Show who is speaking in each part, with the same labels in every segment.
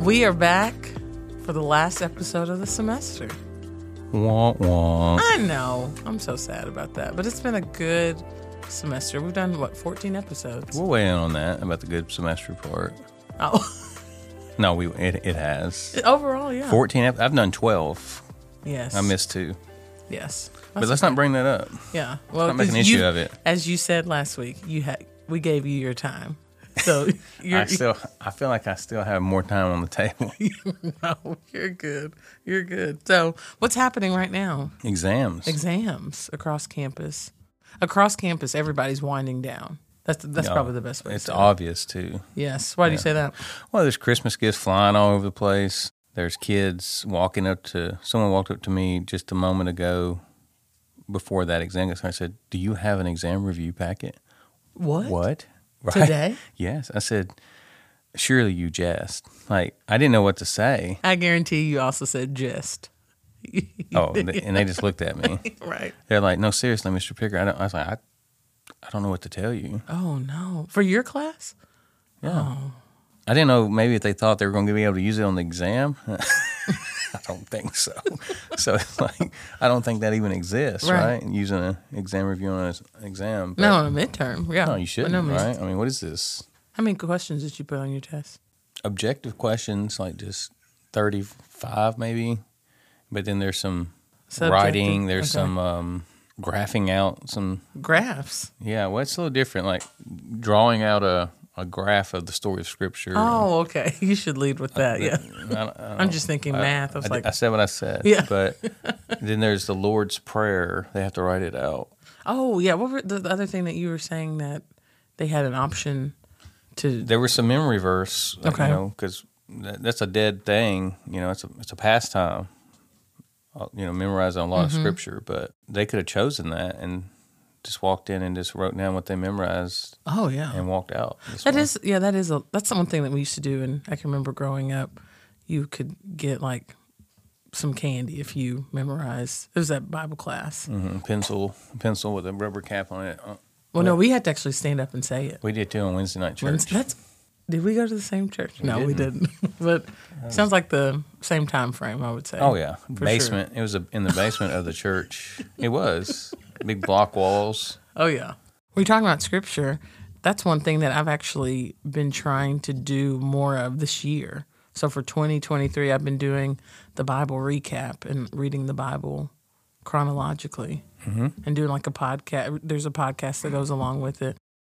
Speaker 1: We are back for the last episode of the semester.
Speaker 2: Wah, wah.
Speaker 1: I know. I'm so sad about that. But it's been a good semester. We've done, what, 14 episodes?
Speaker 2: We'll weigh in on that about the good semester part.
Speaker 1: Oh,
Speaker 2: No, we it, it has
Speaker 1: overall, yeah.
Speaker 2: fourteen. ep- I've done twelve.
Speaker 1: Yes.
Speaker 2: I missed two,
Speaker 1: Yes.
Speaker 2: but let's not bring that up.
Speaker 1: Yeah. Well,
Speaker 2: not make an
Speaker 1: 'cause you-
Speaker 2: issue of it.
Speaker 1: As you said last week, you had we gave you your time. So you're
Speaker 2: I still, I feel like I still have more time on the table.
Speaker 1: no, you're good. You're good. So what's happening right now?
Speaker 2: Exams.
Speaker 1: Exams across campus. Across campus, everybody's winding down. That's that's
Speaker 2: No,
Speaker 1: probably the best way. to
Speaker 2: It's
Speaker 1: say it.
Speaker 2: obvious too.
Speaker 1: Yes. Why do you say that?
Speaker 2: Well, there's Christmas gifts flying all over the place. There's kids walking up to someone walked up to me just a moment ago before that exam. I said, "Do you have an exam review packet?"
Speaker 1: What?
Speaker 2: What?
Speaker 1: Today?
Speaker 2: Yes, I said. Surely you jest. Like I didn't know what to say.
Speaker 1: I guarantee you also said just.
Speaker 2: Oh, and they- and they just looked at me.
Speaker 1: Right.
Speaker 2: They're like, no, seriously, Mr. Picker. I, don't, I was like, I, I don't know what to tell you.
Speaker 1: Oh no. For your class?
Speaker 2: Oh. I didn't know maybe if they thought they were going to be able to use it on the exam. I don't think so. so it's like, I don't think that even exists,
Speaker 1: Right.
Speaker 2: right? Using an exam review on an exam. but-
Speaker 1: No, on a midterm. Yeah.
Speaker 2: No,
Speaker 1: By
Speaker 2: you shouldn't,
Speaker 1: means.
Speaker 2: right? I mean, what is this?
Speaker 1: How many questions did you put on your test?
Speaker 2: Objective questions, like just 35 maybe. But then there's some
Speaker 1: Subjective,
Speaker 2: writing, there's
Speaker 1: okay.
Speaker 2: some um, graphing out some
Speaker 1: Graphs.
Speaker 2: Yeah, well, it's a little different. Like drawing out a, a graph of the story of Scripture.
Speaker 1: Oh, okay. You should lead with that. Yeah. I'm just thinking math. I
Speaker 2: I,
Speaker 1: was
Speaker 2: d-
Speaker 1: like,
Speaker 2: I said what I said.
Speaker 1: Yeah.
Speaker 2: But then there's the Lord's Prayer. They have to write it out.
Speaker 1: oh, yeah. What were the, the other thing that you were saying that they had an option to?
Speaker 2: There was some memory verse. Like,
Speaker 1: Okay.
Speaker 2: You know, because that, that's a dead thing. You know, it's a it's a pastime. uh, You know, memorizing a lot
Speaker 1: Mm-hmm.
Speaker 2: of Scripture, but they could have chosen that and just walked in and just wrote down what they memorized
Speaker 1: Oh, yeah.
Speaker 2: and walked out. That's
Speaker 1: That
Speaker 2: one.
Speaker 1: is, yeah, that is a, that's the one thing that we used to do. And I can remember growing up, you could get like some candy if you memorized. It was that Bible class.
Speaker 2: Mhm. pencil pencil with a rubber cap on it. Uh,
Speaker 1: Well, no, we had to actually stand up and say it.
Speaker 2: We did too on Wednesday night church.
Speaker 1: Wednesday- That's, did we go to the same church? no, we didn't. but sounds like the same time frame, I would say.
Speaker 2: Oh yeah,
Speaker 1: For
Speaker 2: basement. It was a, in the basement of the church. It was big block walls.
Speaker 1: Oh yeah. We're talking about scripture. That's one thing that I've actually been trying to do more of this year. So for 2023, I've been doing the Bible recap and reading the Bible chronologically
Speaker 2: Mm-hmm.
Speaker 1: and doing like a podcast. There's a podcast that goes along with it.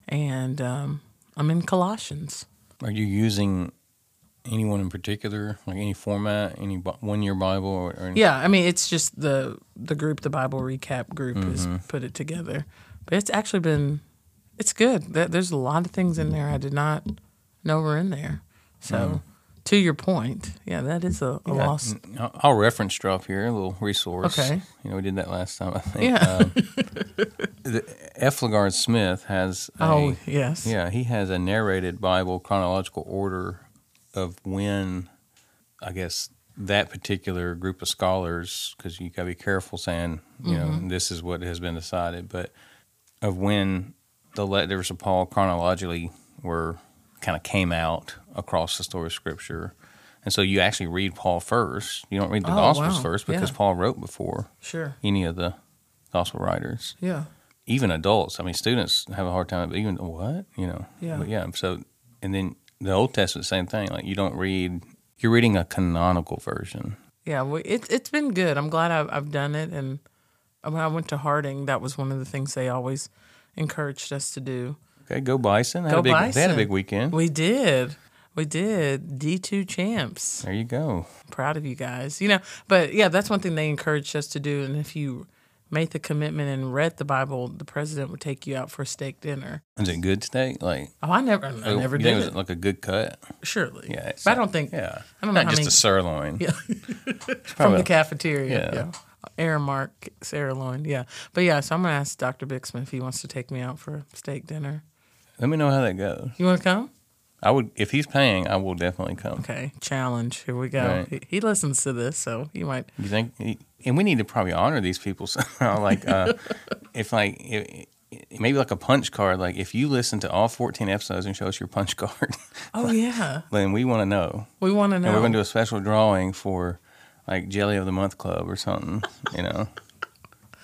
Speaker 1: And um, I'm in Colossians.
Speaker 2: Are you using anyone in particular, like any format, any one year Bible? Or, or
Speaker 1: Yeah, I mean it's just the the group, the Bible recap group, has
Speaker 2: Mm-hmm.
Speaker 1: put it together. But it's actually been it's good. There- There's a lot of things in there I did not know were in there. So to your point, yeah, that is a, a
Speaker 2: Mm. Yeah, Mm.
Speaker 1: lost.
Speaker 2: I'll- I'll reference drop here, a little resource.
Speaker 1: Okay.
Speaker 2: You know, we did that last time, I think.
Speaker 1: Yeah.
Speaker 2: Um, the, Efligard Smith has a,
Speaker 1: oh yes.
Speaker 2: Yeah, he has a narrated Bible chronological order of when, I guess, that particular group of scholars, because you got to be careful saying, you
Speaker 1: Mm-hmm.
Speaker 2: know, this is what has been decided, but of when the letters of Paul chronologically were kind of came out across the story of Scripture. And so you actually read Paul first. You don't read the
Speaker 1: Oh,
Speaker 2: Gospels
Speaker 1: wow.
Speaker 2: first because
Speaker 1: Yeah.
Speaker 2: Paul wrote before
Speaker 1: Sure.
Speaker 2: any of the Gospel writers
Speaker 1: Yeah.
Speaker 2: even adults. I mean, students have a hard time. Even what you know,
Speaker 1: Yeah.
Speaker 2: but yeah. So, and then the Old Testament, same thing. Like you don't read, you're reading a canonical version.
Speaker 1: Yeah. Well, it, it's been good. I'm glad I've, I've done it. And when I went to Harding, that was one of the things they always encouraged us to do.
Speaker 2: Okay, go Bison. They had
Speaker 1: Go
Speaker 2: a big, They had a
Speaker 1: Bison.
Speaker 2: big weekend.
Speaker 1: We did. We did. D2 champs.
Speaker 2: there you go.
Speaker 1: proud of you guys. You know, but yeah, that's one thing they encouraged us to do. And if you made the commitment and read the Bible, the president would take you out for a steak dinner.
Speaker 2: Is it good steak? Like
Speaker 1: Oh, I never, I never
Speaker 2: you
Speaker 1: did
Speaker 2: think
Speaker 1: it.
Speaker 2: was like a good cut.
Speaker 1: Surely,
Speaker 2: Yeah, it's
Speaker 1: But I
Speaker 2: not-
Speaker 1: don't think
Speaker 2: Yeah,
Speaker 1: I don't know
Speaker 2: not
Speaker 1: how
Speaker 2: just
Speaker 1: many-
Speaker 2: a sirloin.
Speaker 1: Yeah. from
Speaker 2: probably-
Speaker 1: the cafeteria.
Speaker 2: Yeah.
Speaker 1: Yeah. Aramark, Sarah Loin, yeah, but yeah. So I'm gonna ask Dr. Bixman if he wants to take me out for steak dinner.
Speaker 2: Let me know how that goes.
Speaker 1: You want to come?
Speaker 2: I would if he's paying. I will definitely come.
Speaker 1: Okay, challenge. Here we go.
Speaker 2: Right.
Speaker 1: He, he listens to this, so he might.
Speaker 2: You think, and we need to probably honor these people somehow. like, uh, if like, if, maybe like a punch card. Like if you listen to all 14 episodes and show us your punch card,
Speaker 1: Oh yeah,
Speaker 2: then we want to know.
Speaker 1: we want to
Speaker 2: And we're
Speaker 1: know.
Speaker 2: going to do a special drawing for like Jelly of the Month Club or something, you know.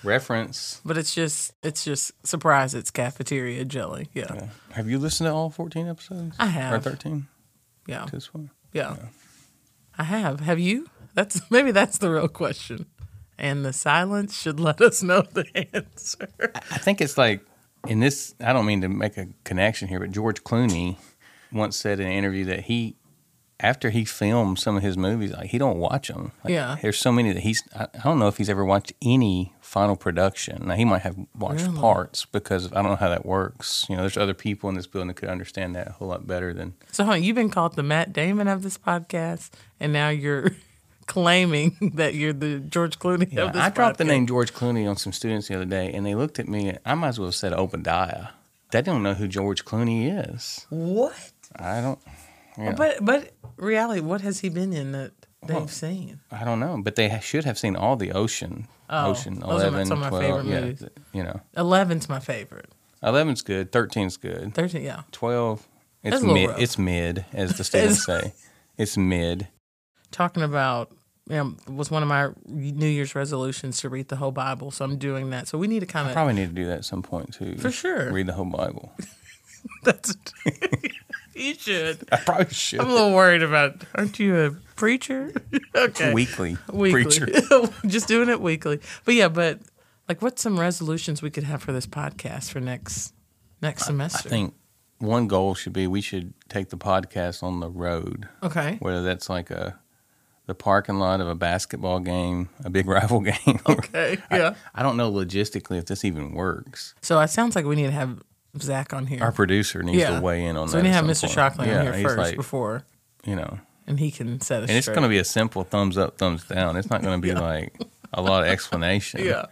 Speaker 2: Reference.
Speaker 1: but it's just it's just surprise. It's cafeteria jelly. Yeah, yeah,
Speaker 2: Have you listened to all 14 episodes?
Speaker 1: I
Speaker 2: Or
Speaker 1: have.
Speaker 2: 13
Speaker 1: yeah.
Speaker 2: to this point?
Speaker 1: I have. Have you? That's maybe that's the real question. And the silence should let us know the answer.
Speaker 2: I think it's like in this. I don't mean to make a connection here, but George Clooney once said in an interview that he, after he filmed some of his movies, like he don't watch them. Like,
Speaker 1: Yeah.
Speaker 2: there's so many that he's. I, I don't know if he's ever watched any final production. Now he might have watched
Speaker 1: Really?
Speaker 2: parts because I don't know how that works. You know, there's other people in this building that could understand that a whole lot better than.
Speaker 1: So huh, you've been called the Matt Damon of this podcast, and now you're claiming that you're the George Clooney of this.
Speaker 2: I dropped the
Speaker 1: podcast.
Speaker 2: name George Clooney on some students the other day, and they looked at me. I might as well have said Obadiah. They don't know who George Clooney is.
Speaker 1: What?
Speaker 2: I don't. you know.
Speaker 1: But but reality, what has he been in that they've seen?
Speaker 2: I don't know, but they ha- should have seen all the Ocean,
Speaker 1: Oh,
Speaker 2: Ocean
Speaker 1: those are my-
Speaker 2: 11,
Speaker 1: some of my
Speaker 2: 12,
Speaker 1: favorite
Speaker 2: yeah,
Speaker 1: movies.
Speaker 2: th- you know.
Speaker 1: Eleven's my favorite.
Speaker 2: 11's good, 13's good.
Speaker 1: Thirteen, yeah.
Speaker 2: 12 it's
Speaker 1: That's a little
Speaker 2: mid,
Speaker 1: rough.
Speaker 2: it's mid as the students say. It's mid.
Speaker 1: Talking about you know, was one of my New Year's resolutions to read the whole Bible, so I'm doing that. So we need to kind of
Speaker 2: Probably need to do that at some point too.
Speaker 1: For sure.
Speaker 2: Read the whole Bible.
Speaker 1: that's you should.
Speaker 2: I probably should.
Speaker 1: I'm a little worried about. Aren't you a preacher? okay,
Speaker 2: Weekly.
Speaker 1: weekly.
Speaker 2: Preacher.
Speaker 1: Just doing it weekly. But yeah, but like, what's some resolutions we could have for this podcast for next next
Speaker 2: I
Speaker 1: semester?
Speaker 2: think one goal should be we should take the podcast on the road,
Speaker 1: okay.
Speaker 2: whether that's like a the parking lot of a basketball game, a big rival game.
Speaker 1: Okay. Yeah.
Speaker 2: I don't know logistically if this even works.
Speaker 1: So it sounds like we need to have Zach on here.
Speaker 2: Our producer needs to weigh in on
Speaker 1: so we
Speaker 2: that.
Speaker 1: need
Speaker 2: at
Speaker 1: to have
Speaker 2: some
Speaker 1: Mr.
Speaker 2: point.
Speaker 1: Shockland
Speaker 2: yeah,
Speaker 1: on here
Speaker 2: he's
Speaker 1: first
Speaker 2: like,
Speaker 1: before,
Speaker 2: you know,
Speaker 1: and he can set us
Speaker 2: and it's
Speaker 1: straight.
Speaker 2: going to be a simple thumbs up, thumbs down. It's not going to be like a lot of explanation.
Speaker 1: yeah.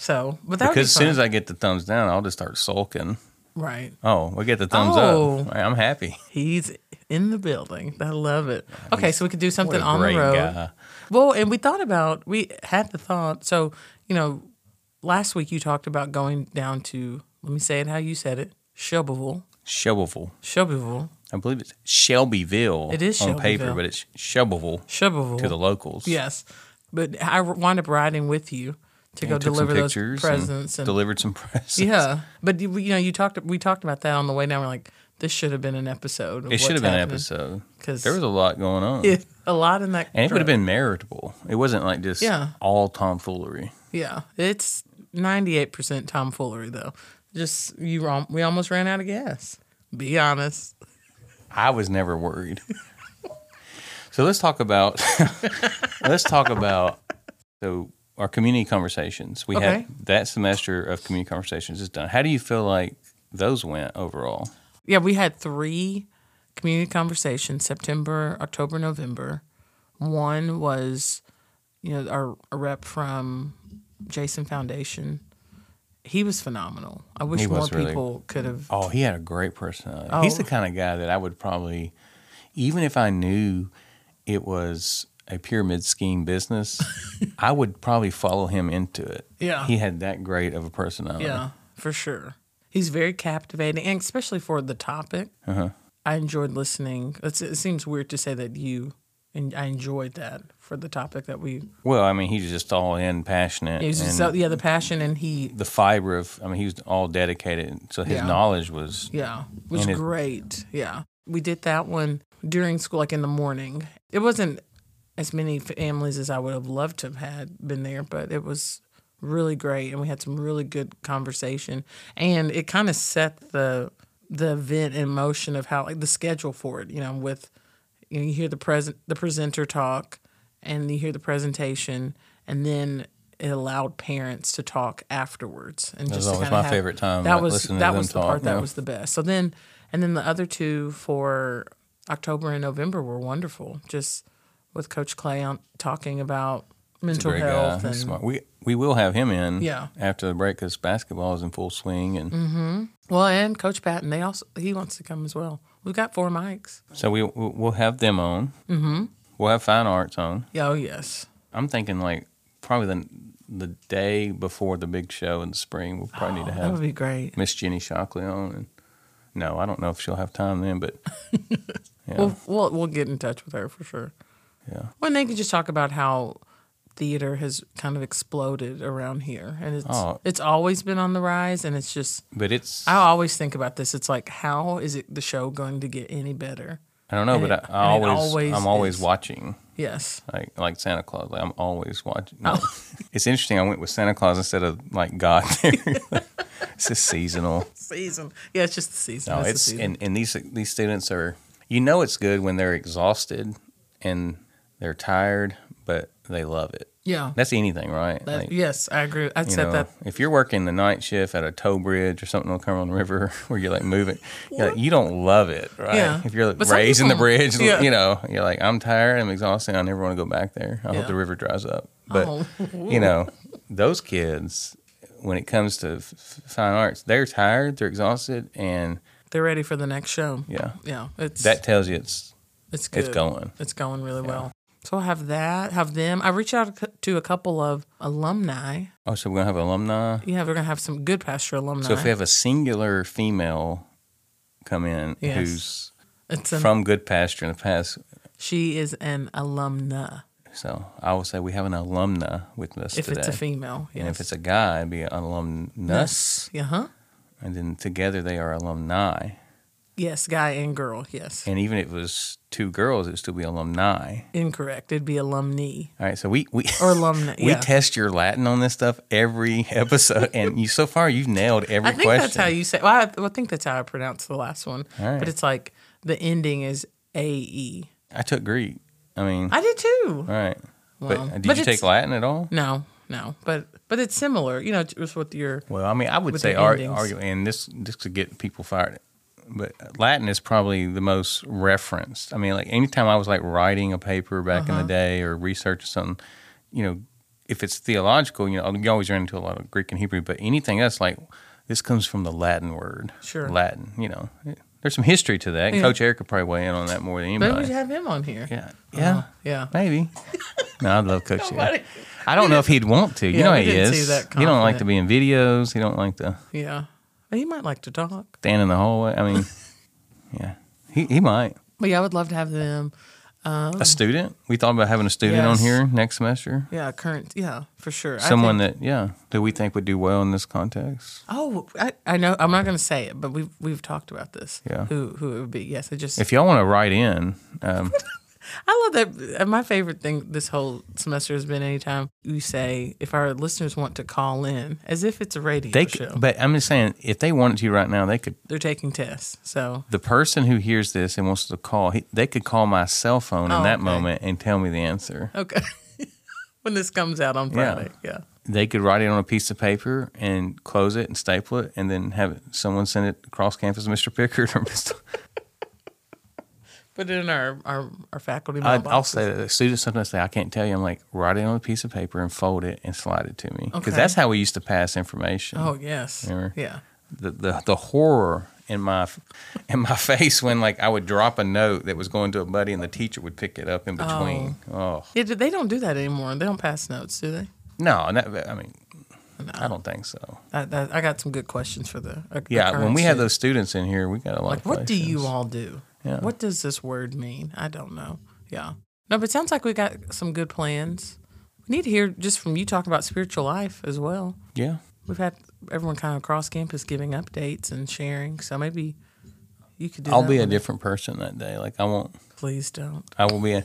Speaker 1: So, but that
Speaker 2: Because as
Speaker 1: would be
Speaker 2: soon as I get the thumbs down, I'll just start sulking.
Speaker 1: right,
Speaker 2: Oh, we get the thumbs
Speaker 1: Oh.
Speaker 2: up. All right, I'm happy.
Speaker 1: he's in the building. I love it. Okay, so we could do
Speaker 2: What
Speaker 1: something
Speaker 2: a
Speaker 1: on
Speaker 2: great
Speaker 1: the road.
Speaker 2: guy.
Speaker 1: Well, and we thought about we had the thought. So you know, last week you talked about going down to let me say it how you said it, Shelbyville,
Speaker 2: Shelbyville.
Speaker 1: Shelbyville,
Speaker 2: I believe it's Shelbyville.
Speaker 1: It is
Speaker 2: on paper,
Speaker 1: Shelbyville.
Speaker 2: but it's Shelbyville
Speaker 1: Shelbyville.
Speaker 2: to the locals.
Speaker 1: yes, but I wound up riding with you to
Speaker 2: And
Speaker 1: go
Speaker 2: took some
Speaker 1: deliver those
Speaker 2: pictures
Speaker 1: presents and
Speaker 2: delivered some presents.
Speaker 1: Yeah, but you you know, you talked. We talked about that on the way down. We're like, this should have been an episode. of
Speaker 2: it should
Speaker 1: what's
Speaker 2: have been an
Speaker 1: happening.
Speaker 2: episode
Speaker 1: 'Cause-
Speaker 2: there was a lot going on.
Speaker 1: Yeah, a lot in that.
Speaker 2: And it would
Speaker 1: trip.
Speaker 2: have been meritable. It wasn't like just
Speaker 1: Yeah.
Speaker 2: all tomfoolery.
Speaker 1: Yeah, it's ninety eight percent tomfoolery though. Just you. were al- We almost ran out of gas. Be honest.
Speaker 2: I was never worried. so let's talk about let's talk about so our community conversations. We
Speaker 1: Okay.
Speaker 2: had that semester of community conversations is done. How do you feel like those went overall?
Speaker 1: Yeah, we had three community conversations September, October, November. One was, you know, our a rep from Jason Foundation. He was phenomenal. I wish
Speaker 2: He
Speaker 1: more
Speaker 2: was really-
Speaker 1: people could have.
Speaker 2: Oh, he had a great personality. He's
Speaker 1: Oh.
Speaker 2: the kind of guy that I would probably, even if I knew it was a pyramid scheme business, I would probably follow him into it.
Speaker 1: Yeah.
Speaker 2: He had that great of a personality.
Speaker 1: Yeah, for sure. He's very captivating, and especially for the topic. I enjoyed listening. It's, it seems weird to say that you, and I enjoyed that for the topic that we.
Speaker 2: Well, I mean, he's just all in, passionate.
Speaker 1: It was
Speaker 2: and
Speaker 1: just, so- yeah, the passion, and he,
Speaker 2: the fiber of, I mean, he was all dedicated. So his
Speaker 1: Yeah.
Speaker 2: knowledge was,
Speaker 1: yeah, was
Speaker 2: And it-
Speaker 1: great. Yeah, we did that one during school, like in the morning. It wasn't as many families as I would have loved to have had been there, but it was really great, and we had some really good conversation, and it kind of set the the event in motion of how like the schedule for it. You know, with you, know, you hear the present the presenter talk, and you hear the presentation, and then. It allowed parents to talk afterwards, and
Speaker 2: was
Speaker 1: just to
Speaker 2: always
Speaker 1: kinda
Speaker 2: my
Speaker 1: have-
Speaker 2: favorite time,
Speaker 1: That
Speaker 2: like,
Speaker 1: was
Speaker 2: listening to
Speaker 1: that
Speaker 2: them
Speaker 1: was the
Speaker 2: talk,
Speaker 1: part that
Speaker 2: yeah.
Speaker 1: was the best. So then, and then the other two for October and November were wonderful. Just with Coach Clay on talking about mental
Speaker 2: great guy.
Speaker 1: health and
Speaker 2: He's smart. We, we will have him in
Speaker 1: Yeah. Mm.
Speaker 2: after the break because basketball is in full swing. And
Speaker 1: well, and Coach Patton. They also he wants to come as well. We've got four mics.
Speaker 2: so we, we'll we'll have them on. Mm-hmm. We'll have fine arts on.
Speaker 1: Yeah, Oh yes,
Speaker 2: I'm thinking like probably the the day before the big show in the spring. We'll probably need to
Speaker 1: Oh, that would
Speaker 2: have
Speaker 1: be great.
Speaker 2: Miss Jenny Shockley on. And no, I don't know if she'll have time then, but yeah,
Speaker 1: We'll, we'll we'll get in touch with her for sure.
Speaker 2: yeah.
Speaker 1: Well, and they could just talk about how theater has kind of exploded around here, and it's
Speaker 2: Oh.
Speaker 1: it's always been on the rise, and it's just
Speaker 2: But it's
Speaker 1: I always think about this. It's like how is it the show going to get any better?
Speaker 2: I don't know,
Speaker 1: and
Speaker 2: but
Speaker 1: it-
Speaker 2: I, I
Speaker 1: and it
Speaker 2: always,
Speaker 1: always
Speaker 2: I'm always
Speaker 1: is.
Speaker 2: watching.
Speaker 1: Yes.
Speaker 2: like like Santa Claus. Like I'm always watching.
Speaker 1: Oh.
Speaker 2: no. it's interesting. I went with Santa Claus instead of like God. it's just seasonal.
Speaker 1: Season. Yeah, it's just the season.
Speaker 2: No,
Speaker 1: the
Speaker 2: it's
Speaker 1: season.
Speaker 2: and, and these these students are. You know, it's good when they're exhausted and they're tired, but they love it.
Speaker 1: yeah.
Speaker 2: That's anything, right?
Speaker 1: That-
Speaker 2: Like,
Speaker 1: yes, I agree. I
Speaker 2: you
Speaker 1: said
Speaker 2: know,
Speaker 1: that.
Speaker 2: if you're working the night shift at a tow bridge or something on Cumberland River, where you're like moving, you're like, you don't love it, right?
Speaker 1: Yeah.
Speaker 2: If you're like,
Speaker 1: But some
Speaker 2: raising
Speaker 1: people-
Speaker 2: the bridge,
Speaker 1: Yeah.
Speaker 2: you know, you're like, I'm tired, I'm exhausted, I never want to go back there. I
Speaker 1: Yeah.
Speaker 2: hope the river dries up. But
Speaker 1: Oh.
Speaker 2: you know, those kids, when it comes to f- f- fine arts, they're tired, they're exhausted, and
Speaker 1: They're ready for the next show.
Speaker 2: yeah,
Speaker 1: Yeah, it's
Speaker 2: that tells you it's
Speaker 1: it's good.
Speaker 2: it's going.
Speaker 1: It's going really well. So I have that. Have them. I reached out to a couple of alumni.
Speaker 2: Oh, so we're gonna have alumni.
Speaker 1: Yeah, we're gonna have some good pasture alumni.
Speaker 2: So if we have a singular female come in
Speaker 1: Yes.
Speaker 2: who's
Speaker 1: it's an,
Speaker 2: from Good Pasture in the past,
Speaker 1: she is an alumna.
Speaker 2: So I will say we have an alumna with us
Speaker 1: If
Speaker 2: today.
Speaker 1: it's a female, yes.
Speaker 2: and if it's a guy, it'd be an alumnus.
Speaker 1: yeah, huh?
Speaker 2: And then together they are alumni.
Speaker 1: Yes, guy and girl. Yes,
Speaker 2: And even if it was two girls, it'd still be alumni.
Speaker 1: incorrect. It'd be alumni
Speaker 2: All right. So we, we,
Speaker 1: or alumna.
Speaker 2: we
Speaker 1: yeah.
Speaker 2: test your Latin on this stuff every episode. and you so far, you've nailed every
Speaker 1: I think
Speaker 2: question.
Speaker 1: that's how you say. Well, I, well, I think that's how I pronounce the last one.
Speaker 2: All right.
Speaker 1: But it's like the ending is a e.
Speaker 2: I took Greek. I mean,
Speaker 1: I did too.
Speaker 2: all right.
Speaker 1: Wow.
Speaker 2: But did
Speaker 1: But
Speaker 2: you
Speaker 1: it's-
Speaker 2: take Latin at all?
Speaker 1: No, no, but but it's similar. You know, just with your
Speaker 2: Well, I mean, I would
Speaker 1: With
Speaker 2: say
Speaker 1: the
Speaker 2: ar-
Speaker 1: endings.
Speaker 2: argu- and this this could get people fired. But Latin is probably the most referenced. I mean, like anytime I was like writing a paper back
Speaker 1: Uh-huh.
Speaker 2: in the day or researching something, you know, if it's theological, you know, you always run into a lot of Greek and Hebrew. But anything else, like this comes from the Latin word,
Speaker 1: Sure.
Speaker 2: Latin. You know, there's some history to that.
Speaker 1: Yeah.
Speaker 2: Coach Eric could probably weigh in on that more than
Speaker 1: Maybe we should
Speaker 2: anybody.
Speaker 1: have him on here. Oh,
Speaker 2: Yeah, yeah,
Speaker 1: yeah.
Speaker 2: maybe. no, I love Coach. Eric.
Speaker 1: Uh-huh. Nobody-
Speaker 2: I don't know if he'd want to. You
Speaker 1: Yeah,
Speaker 2: know,
Speaker 1: we
Speaker 2: he
Speaker 1: didn't
Speaker 2: is.
Speaker 1: see that
Speaker 2: He don't like
Speaker 1: confident.
Speaker 2: to be in videos. He don't like to
Speaker 1: Yeah. He might like to talk.
Speaker 2: stand in the hallway. I mean, yeah, he he might.
Speaker 1: But yeah, I would love to have them. Uh,
Speaker 2: A student. We thought about having a student on
Speaker 1: Mm. Yes.
Speaker 2: here next semester.
Speaker 1: Yeah, current. Yeah, for sure.
Speaker 2: Someone
Speaker 1: I think,
Speaker 2: that yeah, that we think would do well in this context.
Speaker 1: Oh, I, I know. I'm not going to say it, but we've we've talked about this.
Speaker 2: Yeah.
Speaker 1: Who who it would be? Yes. I just.
Speaker 2: If y'all want to write in, um,
Speaker 1: I love that. uh, My favorite thing this whole semester has been anytime you say if our listeners want to call in as if it's a radio
Speaker 2: they.
Speaker 1: show.
Speaker 2: Could, but I'm just saying, if they wanted to right now, they could.
Speaker 1: They're taking tests, so
Speaker 2: The person who hears this and wants to call, he, they could call my cell phone
Speaker 1: Oh,
Speaker 2: in that
Speaker 1: okay.
Speaker 2: moment and tell me the answer.
Speaker 1: okay. when this comes out on
Speaker 2: Yeah.
Speaker 1: Friday, yeah.
Speaker 2: They could write it on a piece of paper and close it and staple it, and then have it, someone send it across campus, to Mr. Pickard or Mr.
Speaker 1: Put it in our our, our faculty
Speaker 2: I,
Speaker 1: mailbox.
Speaker 2: I'll say that the students sometimes say, I can't tell you. I'm like, write it on a piece of paper and fold it and slide it to me. Because
Speaker 1: Okay.
Speaker 2: that's how we used to pass information.
Speaker 1: Oh yes.
Speaker 2: Remember?
Speaker 1: Yeah.
Speaker 2: The, the, the horror in my in my face when like I would drop a note that was going to a buddy and the teacher would pick it up in between. Oh,
Speaker 1: Yeah, do- they don't do that anymore. They don't pass notes, do they?
Speaker 2: no, that, I mean, I don't think so.
Speaker 1: I, I, I got some good questions for the. uh, our-
Speaker 2: Yeah,
Speaker 1: our current
Speaker 2: when we had
Speaker 1: student.
Speaker 2: those students in here, we got a lot.
Speaker 1: like,
Speaker 2: of
Speaker 1: what do you
Speaker 2: questions.
Speaker 1: all do?
Speaker 2: Yeah.
Speaker 1: What does this word mean? I don't know. Yeah. No, but it sounds like we got some good plans. We need to hear just from you talk about spiritual life as well.
Speaker 2: Yeah,
Speaker 1: We've had everyone kind of across campus giving updates and sharing, so maybe you could do.
Speaker 2: I'll
Speaker 1: that
Speaker 2: be a
Speaker 1: one.
Speaker 2: different person that day. Like I won't.
Speaker 1: Please don't.
Speaker 2: I will be. A,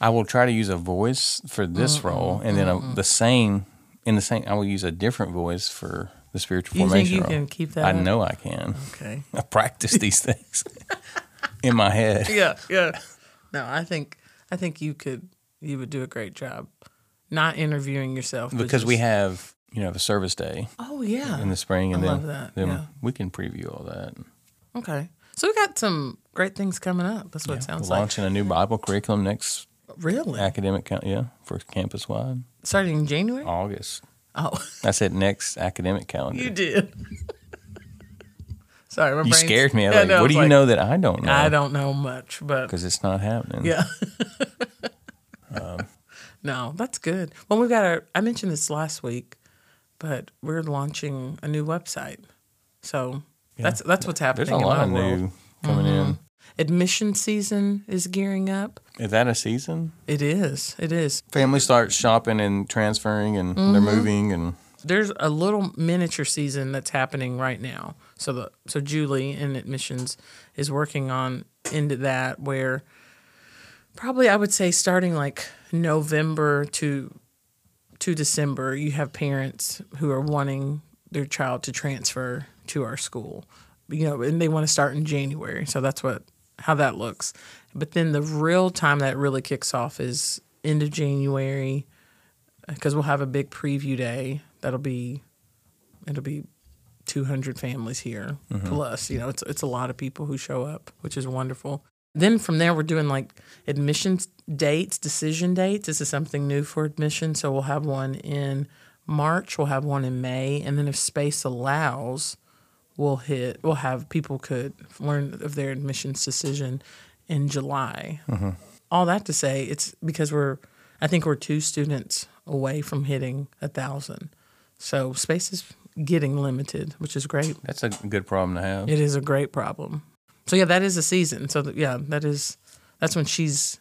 Speaker 2: I will try to use a voice for this role, and then a, the same in the same. I will use a different voice for the spiritual
Speaker 1: You think
Speaker 2: formation.
Speaker 1: you
Speaker 2: role.
Speaker 1: can Mm. keep that?
Speaker 2: I
Speaker 1: up?
Speaker 2: know I can.
Speaker 1: Okay.
Speaker 2: I practice these things in my head.
Speaker 1: yeah, yeah. No, I think I think you could you would do a great job. Not interviewing yourself but
Speaker 2: Because we
Speaker 1: just-
Speaker 2: have, you know, the service day
Speaker 1: Oh yeah.
Speaker 2: in the spring, and
Speaker 1: I
Speaker 2: then,
Speaker 1: love that,
Speaker 2: then
Speaker 1: yeah.
Speaker 2: we can preview all that.
Speaker 1: Okay. So we got some great things coming up. That's what it sounds
Speaker 2: We're launching a new Bible curriculum next
Speaker 1: like. Really?
Speaker 2: academic, cal- yeah, for campus wide
Speaker 1: Starting in January? Oh,
Speaker 2: August. I said next academic calendar.
Speaker 1: you
Speaker 2: You,
Speaker 1: did. Sorry, my brain's-
Speaker 2: scared me. I was
Speaker 1: Yeah,
Speaker 2: like,
Speaker 1: no, I
Speaker 2: what
Speaker 1: was
Speaker 2: do you
Speaker 1: like,
Speaker 2: know that I don't know?
Speaker 1: I don't know much, but
Speaker 2: Because it's not happening.
Speaker 1: yeah. No, that's good. Well, we've got our, I mentioned this last week, but we're launching a new website. So that's that's what's happening
Speaker 2: There's a
Speaker 1: in
Speaker 2: lot
Speaker 1: my
Speaker 2: of
Speaker 1: world.
Speaker 2: new coming
Speaker 1: Mm-hmm. Admission season is gearing up.
Speaker 2: in. Is that a season?
Speaker 1: It is. It is.
Speaker 2: Family starts shopping and transferring, and
Speaker 1: Mm-hmm.
Speaker 2: they're moving, and
Speaker 1: There's a little miniature season that's happening right now. So the so Julie in admissions is working on into that where probably I would say starting like November to to December, you have parents who are wanting their child to transfer to our school, you know, and they want to start in January. So that's what how that looks. But then the real time that really kicks off is end of January, because we'll have a big preview day. That'll be it'll be 200 families here plus you know it's it's a lot of people who show up which is wonderful then from there we're doing like admissions dates decision dates this is something new for admission so we'll have one in march we'll have one in may and then if space allows we'll hit we'll have people could learn of their admissions decision in july all that to say it's because we're i think we're two students away from hitting a thousand so space is getting limited which is great
Speaker 2: that's a good problem to have.
Speaker 1: it is a great problem so yeah that is a season so th- yeah that is that's when she's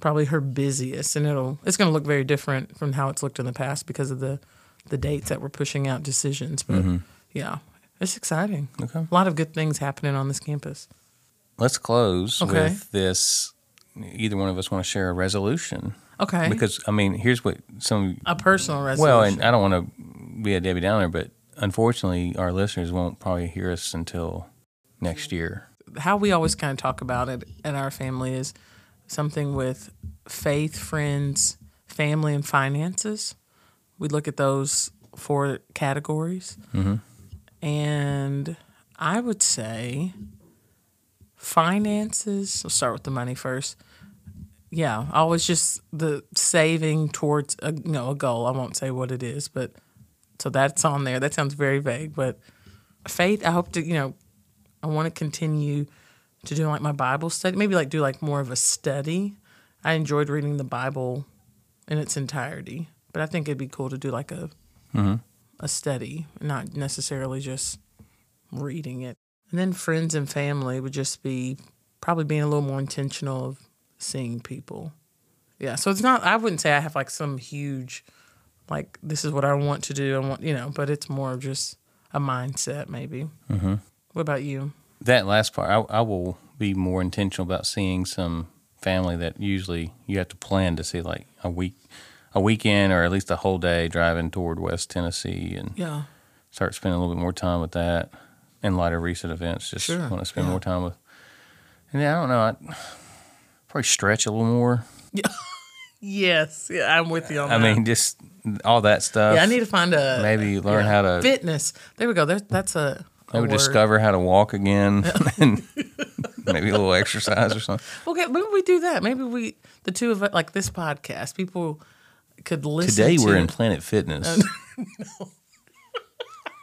Speaker 1: probably her busiest and it'll it's going to look very different from how it's looked in the past because of the the dates that we're pushing out decisions but yeah it's exciting
Speaker 2: Mm-hmm. Okay.
Speaker 1: a lot of good things happening on this campus
Speaker 2: Let's close
Speaker 1: Okay.
Speaker 2: with this. Either one of us want to share a resolution
Speaker 1: okay
Speaker 2: because I mean, here's what some
Speaker 1: a personal resolution
Speaker 2: Well, and I don't want to be a Debbie Downer, but unfortunately, our listeners won't probably hear us until next year.
Speaker 1: how we always kind of talk about it in our family is something with faith, friends, family, and finances. We look at those four categories. And I would say finances, we'll start with the money first. Yeah, always just the saving towards a, you know, a goal. I won't say what it is, but so that's on there. That sounds very vague, but faith, I hope to, you know, I want to continue to do like my Bible study, maybe like do like more of a study. I enjoyed reading the Bible in its entirety, but I think it'd be cool to do like a a study, not necessarily just reading it. And then friends and family would just be probably being a little more intentional of seeing people. Yeah, so it's not I wouldn't say I have like some huge like this is what I want to do, I want, you know, but it's more of just a mindset maybe. Mhm. What about you?
Speaker 2: That last part, I, I will be more intentional about seeing some family that usually you have to plan to see like a week, a weekend, or at least a whole day driving toward West Tennessee and
Speaker 1: Yeah.
Speaker 2: start spending a little bit more time with that. In light of recent events, just
Speaker 1: Sure,
Speaker 2: want to spend
Speaker 1: yeah.
Speaker 2: more time with. And yeah, I don't know. I probably stretch a little more.
Speaker 1: Yes, yeah, I'm with you on
Speaker 2: I
Speaker 1: that.
Speaker 2: mean, just all that stuff.
Speaker 1: yeah, I need to find a
Speaker 2: maybe learn
Speaker 1: yeah,
Speaker 2: how to
Speaker 1: fitness. There we go. There, that's a, a
Speaker 2: maybe
Speaker 1: word.
Speaker 2: discover how to walk again and maybe a little exercise or something
Speaker 1: Okay, maybe we do that. Maybe we the two of us like this podcast. People could listen.
Speaker 2: today we're
Speaker 1: to-
Speaker 2: in planet fitness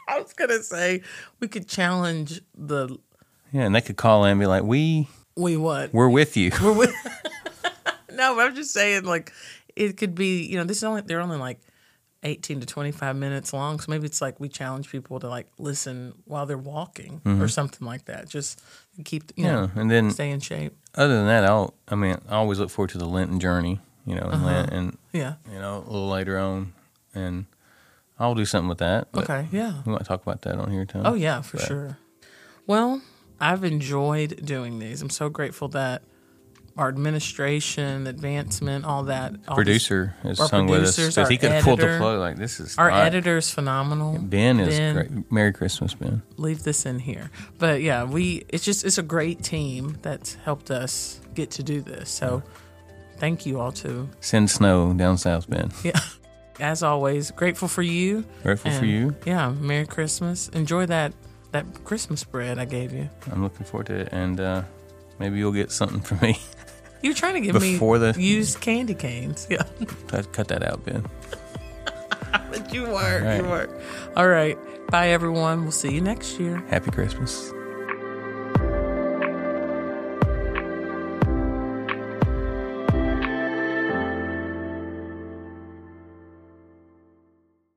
Speaker 1: I was gonna say we could challenge the
Speaker 2: yeah and they could call in and be like we
Speaker 1: we what
Speaker 2: we're with you
Speaker 1: We're with- no, but I'm just saying, like, it could be, you know, this is only, they're only like 18 to 25 minutes long. So maybe it's like we challenge people to like listen while they're walking or something like that. Just keep, you
Speaker 2: Mm-hmm. yeah
Speaker 1: know,
Speaker 2: and then
Speaker 1: stay in shape.
Speaker 2: other than that i'll i mean i always look forward to the lenten journey you know and,
Speaker 1: Uh-huh.
Speaker 2: Lent, and
Speaker 1: Yeah.
Speaker 2: you know a little later on and i'll do something with that but
Speaker 1: Okay. Yeah.
Speaker 2: we might talk about that on here too
Speaker 1: Oh, yeah, for sure. Well, I've enjoyed doing these. I'm so grateful that our administration, advancement, all that. all this-
Speaker 2: producer has
Speaker 1: Our
Speaker 2: hung with us
Speaker 1: producers,
Speaker 2: because he
Speaker 1: our
Speaker 2: could have pulled the
Speaker 1: editor,
Speaker 2: plug like this is
Speaker 1: Our
Speaker 2: not-
Speaker 1: editor's phenomenal.
Speaker 2: ben is great merry christmas ben
Speaker 1: leave this in here. But yeah, we it's just it's a great team that's helped us get to do this. So thank you all too.
Speaker 2: send snow down south ben
Speaker 1: Yeah. As always, grateful for you.
Speaker 2: grateful for
Speaker 1: And,
Speaker 2: you
Speaker 1: Yeah, Merry Christmas. Enjoy that that Christmas bread I gave you.
Speaker 2: I'm looking forward to it, and uh, maybe you'll get something from me.
Speaker 1: You're trying to give
Speaker 2: Before
Speaker 1: me
Speaker 2: the-
Speaker 1: used candy canes. Yeah.
Speaker 2: Cut cut that out, Ben.
Speaker 1: but you were.
Speaker 2: All right.
Speaker 1: You were. All right. Bye everyone. We'll see you next year.
Speaker 2: Happy Christmas.